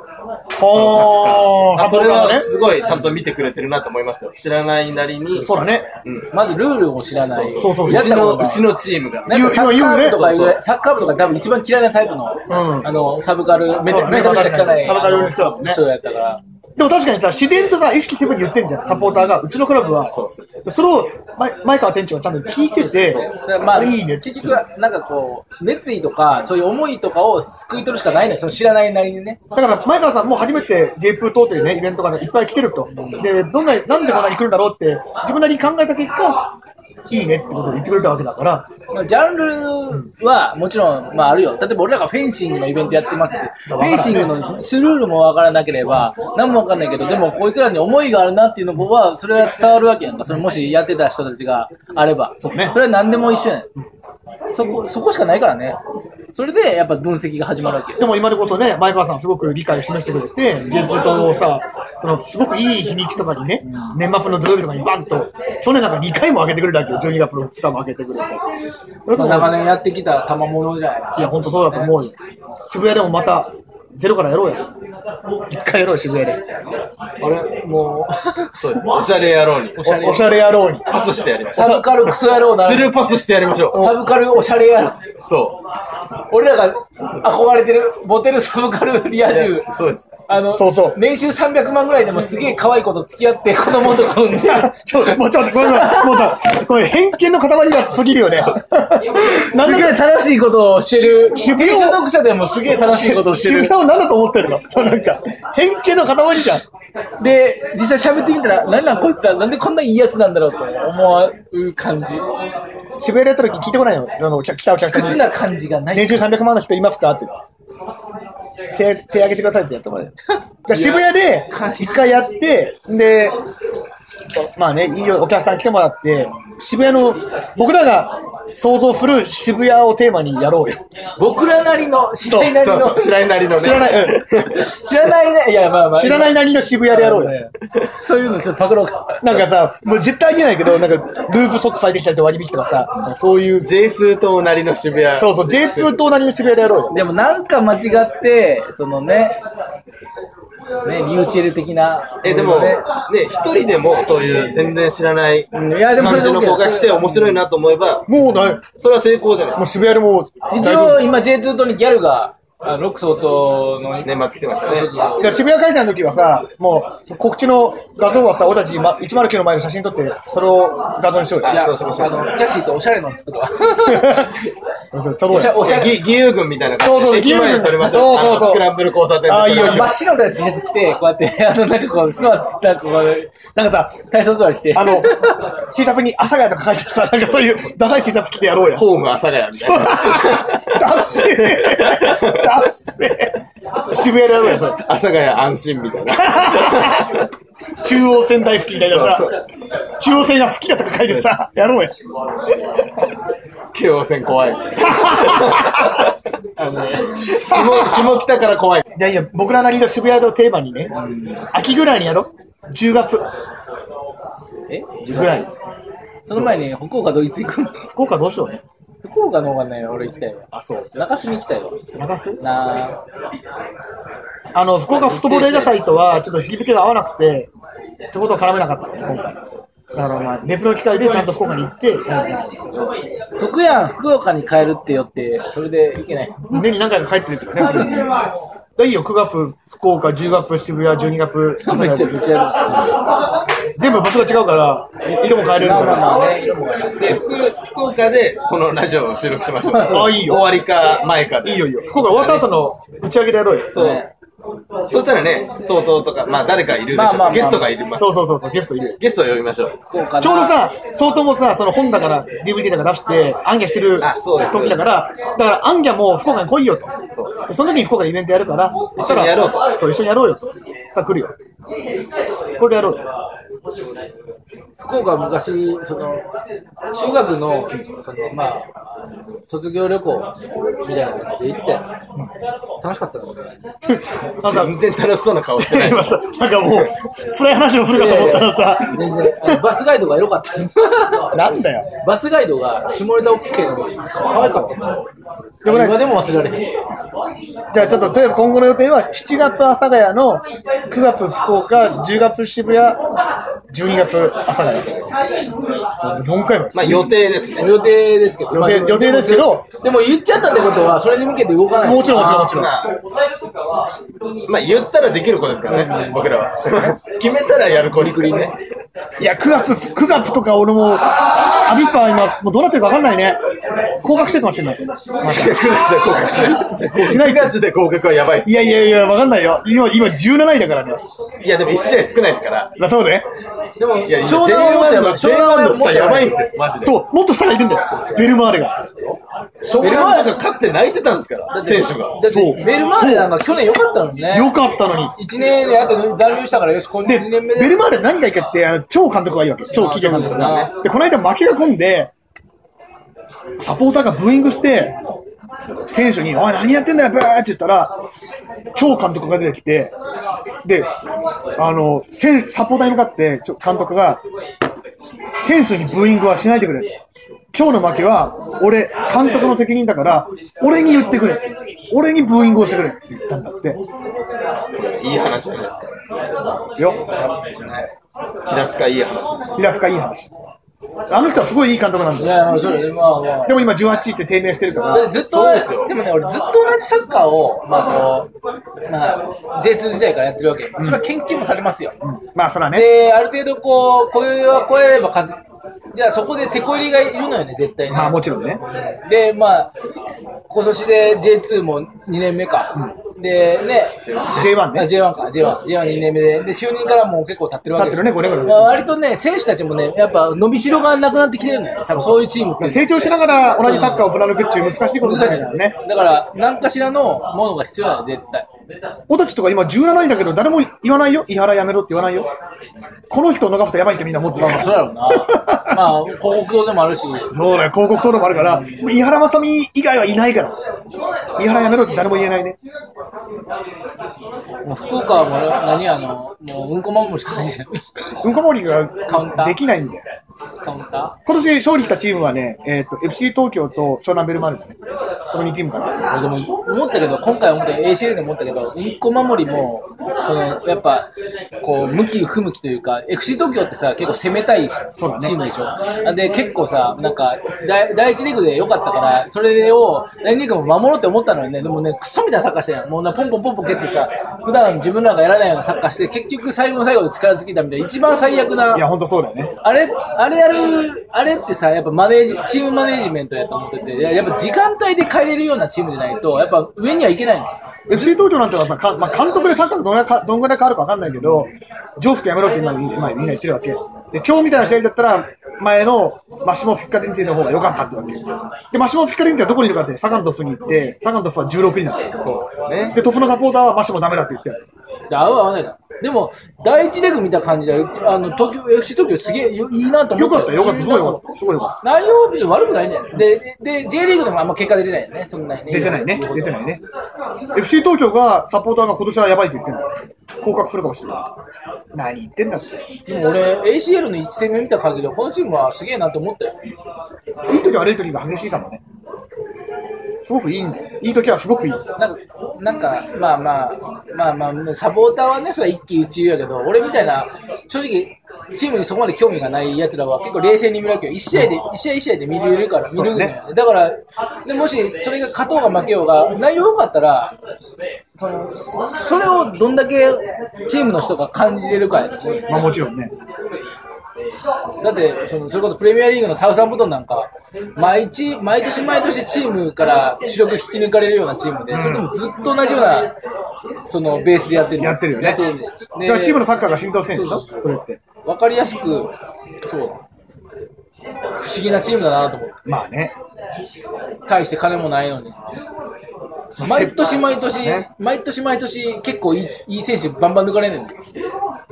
ほー、あそれそうだはねすごいちゃんと見てくれてるなと思いましたよ知らないなりにそうだね。まずルールを知らない。そうそううややっちたことのないうちのチームがなんかサッカー部とか言う言うよねそういそうう、サッカー部とか多分一番嫌いなタイプの、うんあの、サブカル、めちゃめちゃめちゃそうだね汚サブカルのい人だもんねそうやったから。でも確かにさ、自然とさ、意識せずに言ってんじゃん、サポーターが。うちのクラブは。そうそうそうそれを、前前川店長がちゃんと聞いててだから、ままあ、あ、いいねって結。局は、なんかこう、熱意とか、そういう思いとかを救い取るしかないのよ。その知らないなりにね。だから、前川さんも初めて J2 東というね、イベントがね、いっぱい来てると。で、どんな、なんでこんなに来るんだろうって、自分なりに考えた結果、いいねってことを言ってくれたわけだから、ジャンルはもちろん、まああるよ。例えば俺らがフェンシングのイベントやってますって。フェンシングのスルールもわからなければ、何もわかんないけど、でもこいつらに思いがあるなっていうのは、それは伝わるわけやんか。それもしやってた人たちがあれば。そうねそれは何でも一緒やん。そこ、そこしかないからね。それでやっぱ分析が始まるわけよ。でも今のことね、前川さんすごく理解を示してくれて、J2 東をさ、そのすごくいい日にちとかにね、年末の土曜日とかにバンと、去年なんか2回も上げてくれたわけよ、12月の2日も上げてくれて。それとも長年やってきた賜物じゃない。いや、本当そうだと思うよ。渋谷でもまた、ゼロからやろうや。一回やろうよ、渋谷で。あれ、もう、そうですおしゃれ野郎におしゃれおしゃれ野郎に。パスしてやりましょサブカルクソ野郎うなス。ルーパスしてやりましょうサブカルおしゃれ野郎。そう俺らが憧れてる、モテるサブカルリア充。そうですあの、そうそう年収300万ぐらいでもすげえ可愛い子と付き合って子供とか産んで、ちょ、もうちょっと待って、ごめんなさい。もうさ、これ偏見の塊が過ぎるよね。なんすげえだか、楽しいことをしてる。し転職読者でもすげえ楽しいことをして渋る谷。を何だと思ってるのそう、なんか、偏見の塊じゃん。で、実際喋ってみたら、なんなんこいつら、なんでこんないいやつなんだろうと思う感じ。渋谷でやった時聞いてこないよ。あの、お客来たお客不さ屈んに。な感じがない年。収300万の人いますかって手、手挙げてくださいってやってもらえる。じゃあ渋谷で、一回やって、で、まあね、いいよお客さん来てもらって、渋谷の、僕らが想像する渋谷をテーマにやろうよ。僕らなりの、知らないなりそうそのう、知らなりのね知らない、うん知らないな、いや、まあまあ。知らないなりの渋谷でやろうよ。そういうのちょっとパクろうか。なんかさ、もう絶対ありえないけど、なんか、ルーフソックス履いてきたりと割り引きとかさ、そういう、 J2 となりの渋谷そうそう、J2 と同じの渋谷でやろうよ。でもなんか間違って、そのね、ね、リューチェル的な。え、でも、ねね、一人でもそういう全然知らないうん感いやでもそれでじの子が来て面白いなと思えば、もうだ、それは成功じゃなもうい渋谷でもう、一応今 J2 とにギャルが、あロックソーとの、年末来てましたね。いや渋谷会館の時はさ、もう、告知の画像はさ、俺たち今109の前で写真撮って、それを画像にしようよあい。や、あその、うキしましょうャシーとおしゃれの作る わ。撮ろおうしゃよ。おしゃれ。義義勇軍みたいなそうそう駅前で撮りましそょうそう。うそうあのスクランブル交差点であいいよいい真よっ白な T シャツ着て、こうやって、あの、なんかこう、座って、なんかこう、なんかさ、体操座りして。あの、T シャツに朝ヶ谷とか書いてさ、なんかそういうダサい T シャツ着てやろうや。ホーム阿佐ヶ谷みたいダッセーダッセー渋谷でやろうよ、それ。な。阿佐ヶ谷安心みたいな。中央線大好きみたいなさ、中央線が好きだとか書いてさ、やろ うよ。京王線怖い。下下北から怖い。いやいや、僕らなりの渋谷をテーマにね、秋ぐらいにやろう。10月 えぐらい。その前に、福岡どいつ行 くの福岡どうしようね。福岡の方がね、俺行きたいわ。あ、そう。中洲に行きたいわ。流すなあの、福岡フットボール映画祭とは、ちょっと引き付けが合わなくて、ちょっとことを絡めなかったのね、今回。だからまあ、別の機会でちゃんと福岡に行って、あ、福やん、福岡に帰るってよって、それで行けない。年に何回か帰ってるけどね、それでいいよ、9月、福岡、10月、渋谷、12月、めっちゃ、めっちゃや全部場所が違うから、い色も変えれる。るまかあまら。あまあね、色もあるで、福福岡でこのラジオを収録しましょう。あいいよ終わりか前かで。いいよ、いいよ。福岡終わった後の打ち上げでやろうよ。そうねそしたらね、相当とか、まあ誰かいるでしょう。まあまあまあゲストがいるます。そうそうそうそう、ゲストいるよ。ゲストを呼びましょう。福岡なちょうどさ、相当もさ、その本だから、DVD だから出して、アンギャしてるあそうです時だから、だからアンギャも福岡に来いよと。そうでその時に福岡でイベントやるから、そしたら一緒にやろうとそう、一緒にやろうよと。だから来るよ。これでやろうよ。福岡は昔、その、中学の、その、まあ、卒業旅行みたいな感じで行って、楽しかったのなんか全然楽しそうな顔してな い。今さ、なんかもう、辛い話をするかと思ったらさ、全然、あのバスガイドがエロかった。なんだよ。バスガイドが下ネタ OK なの可愛かった。よくない今でも忘れられへん。じゃあちょっと、とりあえず今後の予定は、7月阿佐ヶ谷の、9月福岡、10月渋谷、12月阿佐ヶ谷。4回も。まあ予定ですね。予定ですけど。予定まあ予定ですけど。でも言っちゃったってことは、それに向けて動かない。もちろんもちろんもちろん。まあ、まあ言ったらできる子ですからね、僕らは。 決めたらやる子ですからね。いや、9月、9月とか俺もう、アビッパー今、もうどうなってるか分かんないね。降格してるかもしれない。 また9月で合格しない。しない9月で合格はやばいっすい。やいやいや、分かんないよ。今、今17位だからね。いや、でも1試合少ないですから。だそうね。でも、いや、湘南は J1 の、J1 の下やばいんですよ。よ、マジで。そう、もっと下がいるんだよ。ベルマーレが。湘南とか勝って泣いてたんですから、選手が。だっそうて、ベルマーレなんか去年良かったのにね。よかったのに。 1年であと残留したから、よし、こので、 2年目ベで。ルマーレ何がいいかって、あの、超監督がいいわけ。超企業監督まあが。で、この間負けが込んで、サポーターがブーイングして、選手に、おい、何やってんだよ、ブーって言ったら、超監督が出てきて、で、あの、選サポーターに向かって、ちょ監督が、選手にブーイングはしないでくれって。今日の負けは、俺、監督の責任だから、俺に言ってくれって。俺にブーイングをしてくれって言ったんだって。いい話じゃないですよ、か。平塚いい話です。平塚いい話。あの人はすごいいい監督なんだよいや、まあそうだね、まあまあ。でも今18位って低迷してるから、でずっとそうですよでもね、俺ずっと同じサッカーを、まあ、こう、まあ、J2 時代からやってるわけ。それは研究もされますよ。まあそらね、で、ある程度こう、これは超えれば数、じゃあそこで手こ入りがいるのよね、絶対に。まあもちろんね、で、まあ、今年で J2 も2年目か。で、ね、 J1 あね、 J1 か、J1、J12 年目で、で、就任からもう結構経ってるわけよ経ってるね五年ぐらいまあ、割とね、選手たちもね、やっぱ伸びしろがなくなってきてるのよ、多分そういうチームって。成長しながら同じサッカーを振られるっていう難しいことじゃない難しいからね、だから、何かしらのものが必要なの、絶対。小滝とか今17位だけど、誰も言わないよ、井原やめろって言わないよ、この人を逃すとやばいってみんな思ってまるあかまあ、ら、そうや ろうな。 まあ、広告塔でもあるし、そうだよ、広告登録もあるから、井原正美以外はいないから、井原やめろって誰も言えないね、もう福岡はもう、何あの、もううんこまんもしかないじゃん。うんこ盛りがカウンターできないんだよ、カウンタ今年勝利したチームはね、えー、と FC 東京と湘南ベルマーレだね、この2チームかな。ーでも、思ったけど、今回思って ACL で思ったけど、うんこ守りも、その、やっぱ、こう、向き不向きというか、FC 東京ってさ、結構攻めたいチそうだねームでしょ。で、結構さ、なんか、第第一リーグで良かったから、それを、第二リーグも守ろうって思ったのにね、でもね、クソみたいなサッカーしてない。もうな、ポンポンポンポン蹴ってさ、普段自分らがやらないようなサッカーして、結局最後の最後で力尽きたみたいな、一番最悪な。いや、ほんとそうだよね。あれ、あれやる、あれってさ、やっぱマネージ、チームマネージメントやと思ってて、いややっぱ時間帯で変えれるようなチームじゃないと、やっぱ上にはいけないの。 FC 東京なんてのはさ、かまあ、監督でサッカーがどんぐらいかどんぐらい変わるかわかんないけど、上服やめろって今みんな今みんな言ってるわけ。で、今日みたいな試合だったら、前のマシモ・フィッカディンティの方が良かったってわけ。で、マシモ・フィッカディンティはどこにいるかって、サガントフに行って、サガントフは16位なの。そうですね。で、トフのサポーターはマシモダメだって言ってある。で合う合わないだ。でも、第一レグ見た感じで、あの、東京、FC 東京すげえよいいなと思よったかった、よかった、すごいよかった。すごいよかっ内容は別に悪くないんじゃないで、で、J リーグでもあんま結果出てないよね、そんなにね。た。出てないね、出てないね。FC 東京がサポーターが今年はやばいって言ってるんだ。降格するかもしれない。何言ってんだって。でも俺、ACL の1戦目見た感じで、このチームはすげえなと思ったよ。いい時悪い時が激しいかもね。すごくいいんだよ。いい時はすごくいい。なんか、なんかまあまあ、まあまあ、サポーターはね、それは一喜一憂やけど、俺みたいな、正直、チームにそこまで興味がない奴らは結構冷静に見るわけよ。一試合で、一試合一試合で見れるから、見るんだよね。だから、でもし、それが勝とうが負けようが、内容良かったら、その、それをどんだけチームの人が感じれるかやと思うよまあもちろんね。だってその、それこそプレミアリーグのサウサンプトンなんか、毎日毎年毎年チームから主力引き抜かれるようなチームで、それでもずっと同じようなそのベースでやってる。やってるよねやってるんでだからチームのサッカーが浸透してるんでしそょうそれって。分かりやすく、そう、不思議なチームだなと思って、まあね。大して金もないのに。まあ毎年毎年ね、毎年毎年、結構いいいい選手バンバン抜かれんねん。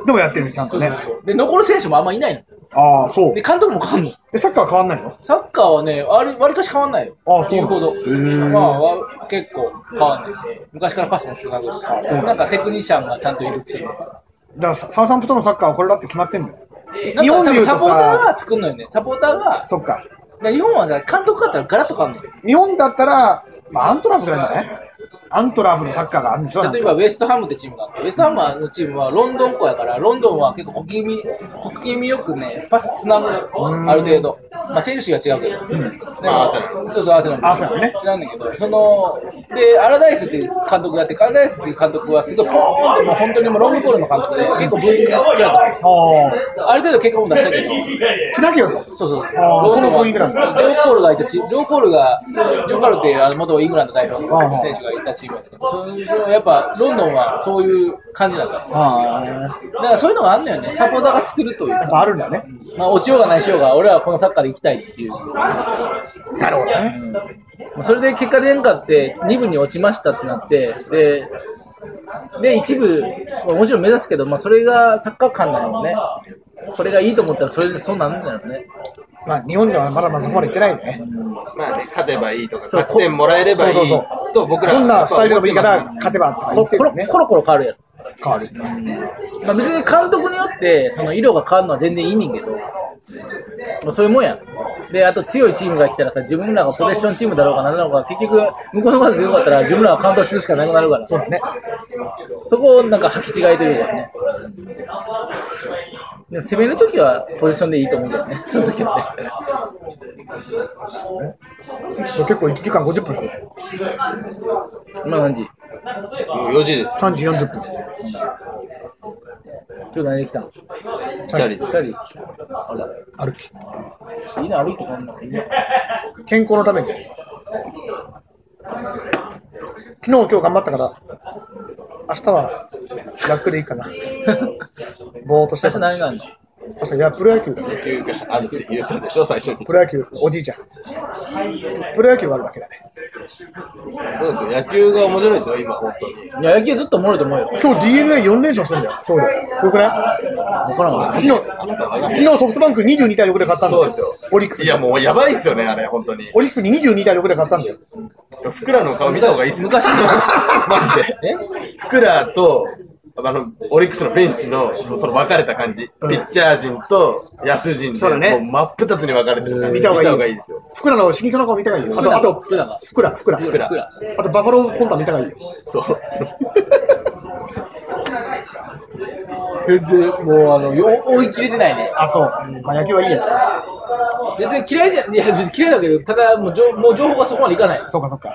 でもやってるよちゃんとね。で、残る選手もあんまいないの。ああ、そうで、。監督も変わんの。え、サッカーは変わんないのサッカーはね、あれ、わりかし変わんないよ。あそう言うほど。ーまあわ、結構変わんない。昔からパスもつなぐし。そうなんだなんかテクニシャンがちゃんといるチーム。だからササウサンプトンのサッカーはこれだって決まってんだよ。えなん日か本多で言分うとサポーターさ、が作んのよね。サポーターが、そっか。で日本はね監督だったらガラッと変わんのよ。日本だったら、まあアントラーズぐらいだね。アントラーズのサッカーがあるんでしょなんか例えばウェストハムってチームがあって、ウェストハムのチームはロンドン校やから、ロンドンは結構小気味、小気味よくね、パスつなぐのある程度。まあ、チェルシーは違うけど。でまあもアーセナそうそう、アーセナル。アーセナルねなんだけど、その、で、アラダイスっていう監督があって、アラダイスっていう監督はすごいポーンって、もう本当にもうロングボールの監督で、結構ブーイングくらいあある程度結果も出したけど、あ、しなきゃよと。そうそう。あーそのブーイングなんだジョー・コールがいたチーム、ジョー・コールが、ジョー・カールっていうあの元イングランド代表あのー選手がいたチームやけど、そのやっぱロンドンはそういう感じなんだ。ああ、だからそういうのがあるんだよね。サポーターが作るというやっぱか。あるんだね。まあ、落ちようがないしようが、俺はこのサッカーで行きたいっていう。なるほどね。それで結果出んかって、2部に落ちましたってなって、で、で、一部、まあもちろん目指すけど、まあ、それがサッカー感なのね。これがいいと思ったら、それでそうなんだよね。まあ日本ではまだまだそこまで行ってないね。まあね、勝てばいいとか、そう勝ち点もらえればいいそうそうと、僕らどんなスタイルでもいいから思って勝てばとかコ言ロってコるよロね。コロコロ変わるやろ。変わる。まあ、別に監督によってその色が変わるのは全然いいねんけど、まあ、そういうもんやんであと強いチームが来たらさ自分らがポゼッションチームだろうかなんだろうか結局向こうの方が強かったら自分らがカウンターするしかなくなるからそうだね。そこをなんか履き違いというかねでも攻めるときはポジションでいいと思うんだよね、 その時はね。結構1時間50分だね。今何時ますもう4時です。 3時40分。今日何で来たのチャリです。歩き。いいな、歩いてこんなのいいな。健康のために。昨日、今日頑張ったから、明日は楽でいいかな。ぼーっとして明る日何があるの朝、いや、プロ野球だね。休があるって言ったんでしょ、最初に。プロ野球、おじいちゃん。プロ野球があるだけだね。そうですよ、野球が面白いですよ、今、本当に。いや、野球ずっとおもろいと思うよ。今日 DNA4 連勝してんだよ、今日で。すごくないわからんわ。昨日、あなたは昨日ソフトバンク22対6で勝ったんだそうですよ。オリックスい。や、もうやばいですよね、あれ、本当に。オリックスに22対6で勝ったんだよ。ふくらの顔見た方がいいっすよ。 昔のマジで。えふくらと、あの、オリックスのベンチの、その分かれた感じ。うんピッチャー陣と野手陣で、そうだねもう真っ二つに分かれてる感じ。見た方がいいですよ。ふくらの新規の中を見た方がいいよ。あと、あと、福永ふくら、ふくら、ふくらふくらあと、バファローズコンタ見た方がいいよ。そう。全然もうあのよ追い切れてないねあ、そう。まあ、野球はいいや全然嫌いじゃいや別に嫌いだけどただもう情もう情報がそこまでいかないつ。そうか、そうか。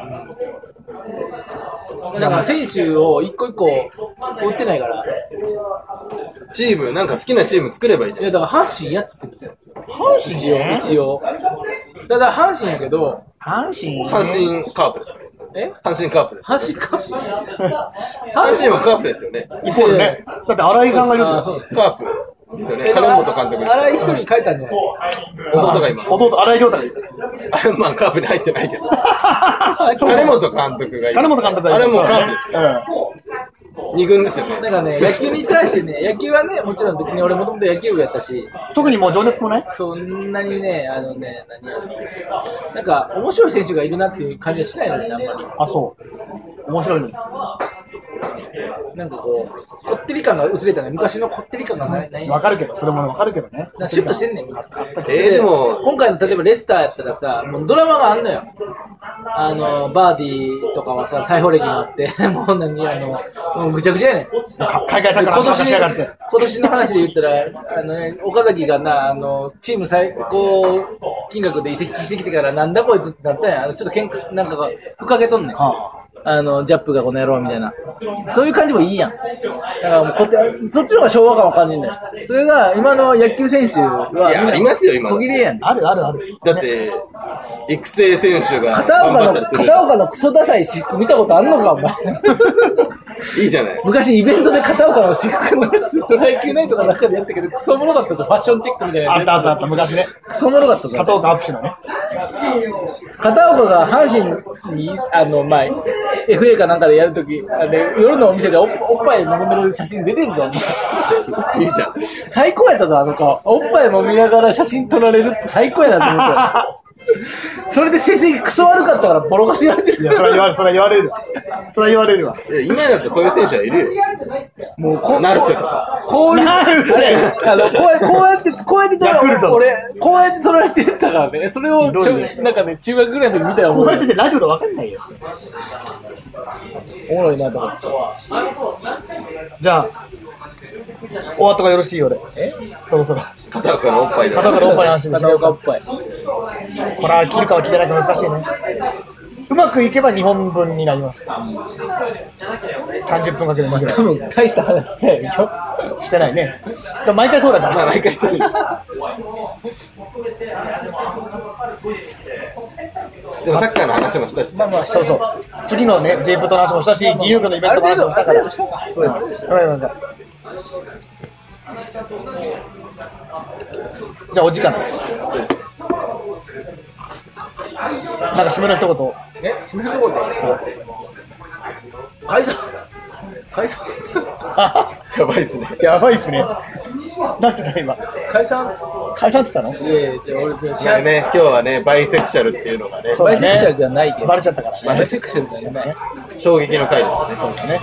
だから選手を一個一個追ってないからチーム、なんか好きなチーム作ればいいじゃいん。やだから阪神やっつってる阪一応一応ただ阪神やけど阪神阪神カープですかえ阪神カープです。阪神か阪阪神ははカープですよね。一方でね。だって、新井さんがいるんだあよ。そうカープですよね。えだ金から本監督です新井一人に書いたんじゃない弟がいます。弟、新井亮太がいる。あれ、まあカープに入ってないけど。そう金本監督がいます。金本監督がいある。れもカープです。うん。二軍ですよね。なんかね、野球に対してね、野球はね、もちろん別に俺もともと野球部やったし、特にもう情熱もないそんなにね、あのね、何なんか面白い選手がいるなっていう感じはしないのね、あんまり。あ、そう。面白いね。なんかこう、こってり感が薄れたね、昔のこってり感がない。ないわかるけど、それもわかるけどね。なんかシュッとしてんねん、みんな。えー、でも、今回の例えばレスターやったらさ、もうドラマがあんのよ。あの、バーディーとかはさ、逮捕歴もあって、 もう何、あの、もうぐちゃぐちゃやねん。か海外サッカーの今話しやが年って。今年の話で言ったら、あのね、岡崎がな、あの、チーム最高金額で移籍してきてから、なんだこいつってなったんやん。あのちょっと喧嘩、なんかが、ふかけとんねん。ああの、ジャップがこの野郎みたいな。そういう感じもいいやん。だからもうこって、そっちの方が昭和感を感じるんだよ。それが、今の野球選手は、いやみんなありますよ今の小切れやん。あ、あるあるある。だって、育成選手が片頑張岡ったりの、する。片岡のクソダサい私服見たことあんのか、お前。 いいじゃない。昔イベントで片岡の私服のやつ、ドライキューナイトの中でやったけど、クソものだったと、ファッションチェックみたいなやつあったあったあった、昔ね。クソものだったぞ片岡アプシのね。片岡が阪神に、あの、まあ、FA かなんかでやるとき、あれ夜のお店でおっおっぱい飲んでる写真出てんぞ、お前いいじゃん。最高やったぞ、あの顔。おっぱい飲みながら写真撮られるって最高やなと思ったよそれで成績クソ悪かったからボロかせられているや、それは言われる、それは言われるわ。それは言われるわ。いや今だってそういう選手はいるよ。もうこうナルセとか。こういう、なるせあのこうやこうやって、こうやって撮らヤクルトの俺、こうやって撮られてたからね、それをひどいね小なんかね、中学ぐらいの時見たらこもううやっててラジオでわかんないよ。おもろいなと思って。じゃあ、お後がよろしいようで。えそろそろ。片岡のおっぱいだ片岡のおっぱいの話にし片よう岡おかっ。ぱい。これは切るかは切れないか難しいね。うまくいけば2本分になります。30分かけるぐら多分大した話したよね、今日。い。してないね。でも毎回そうだかまあ、ら。毎回そうです。でもサッカーの話もしたし、まあまあ、そうそう。次のね、J プトの話もしたし、義勇軍のイベントの話もしたから。そうです。わかりましたじゃあ、お時間です。そうです。なんか締めの一言。え締めるとこで解散解散やばいですね。やばいっすね。なんて言った今。解散解散って言ったのいやいや、じゃあ俺、いやね、今日はね、バイセクシャルっていうのがね、そうバだイセクシャルじゃないけど。バレちゃったからね。バイセクシャルじゃない。衝撃の回でしたね。そうだね。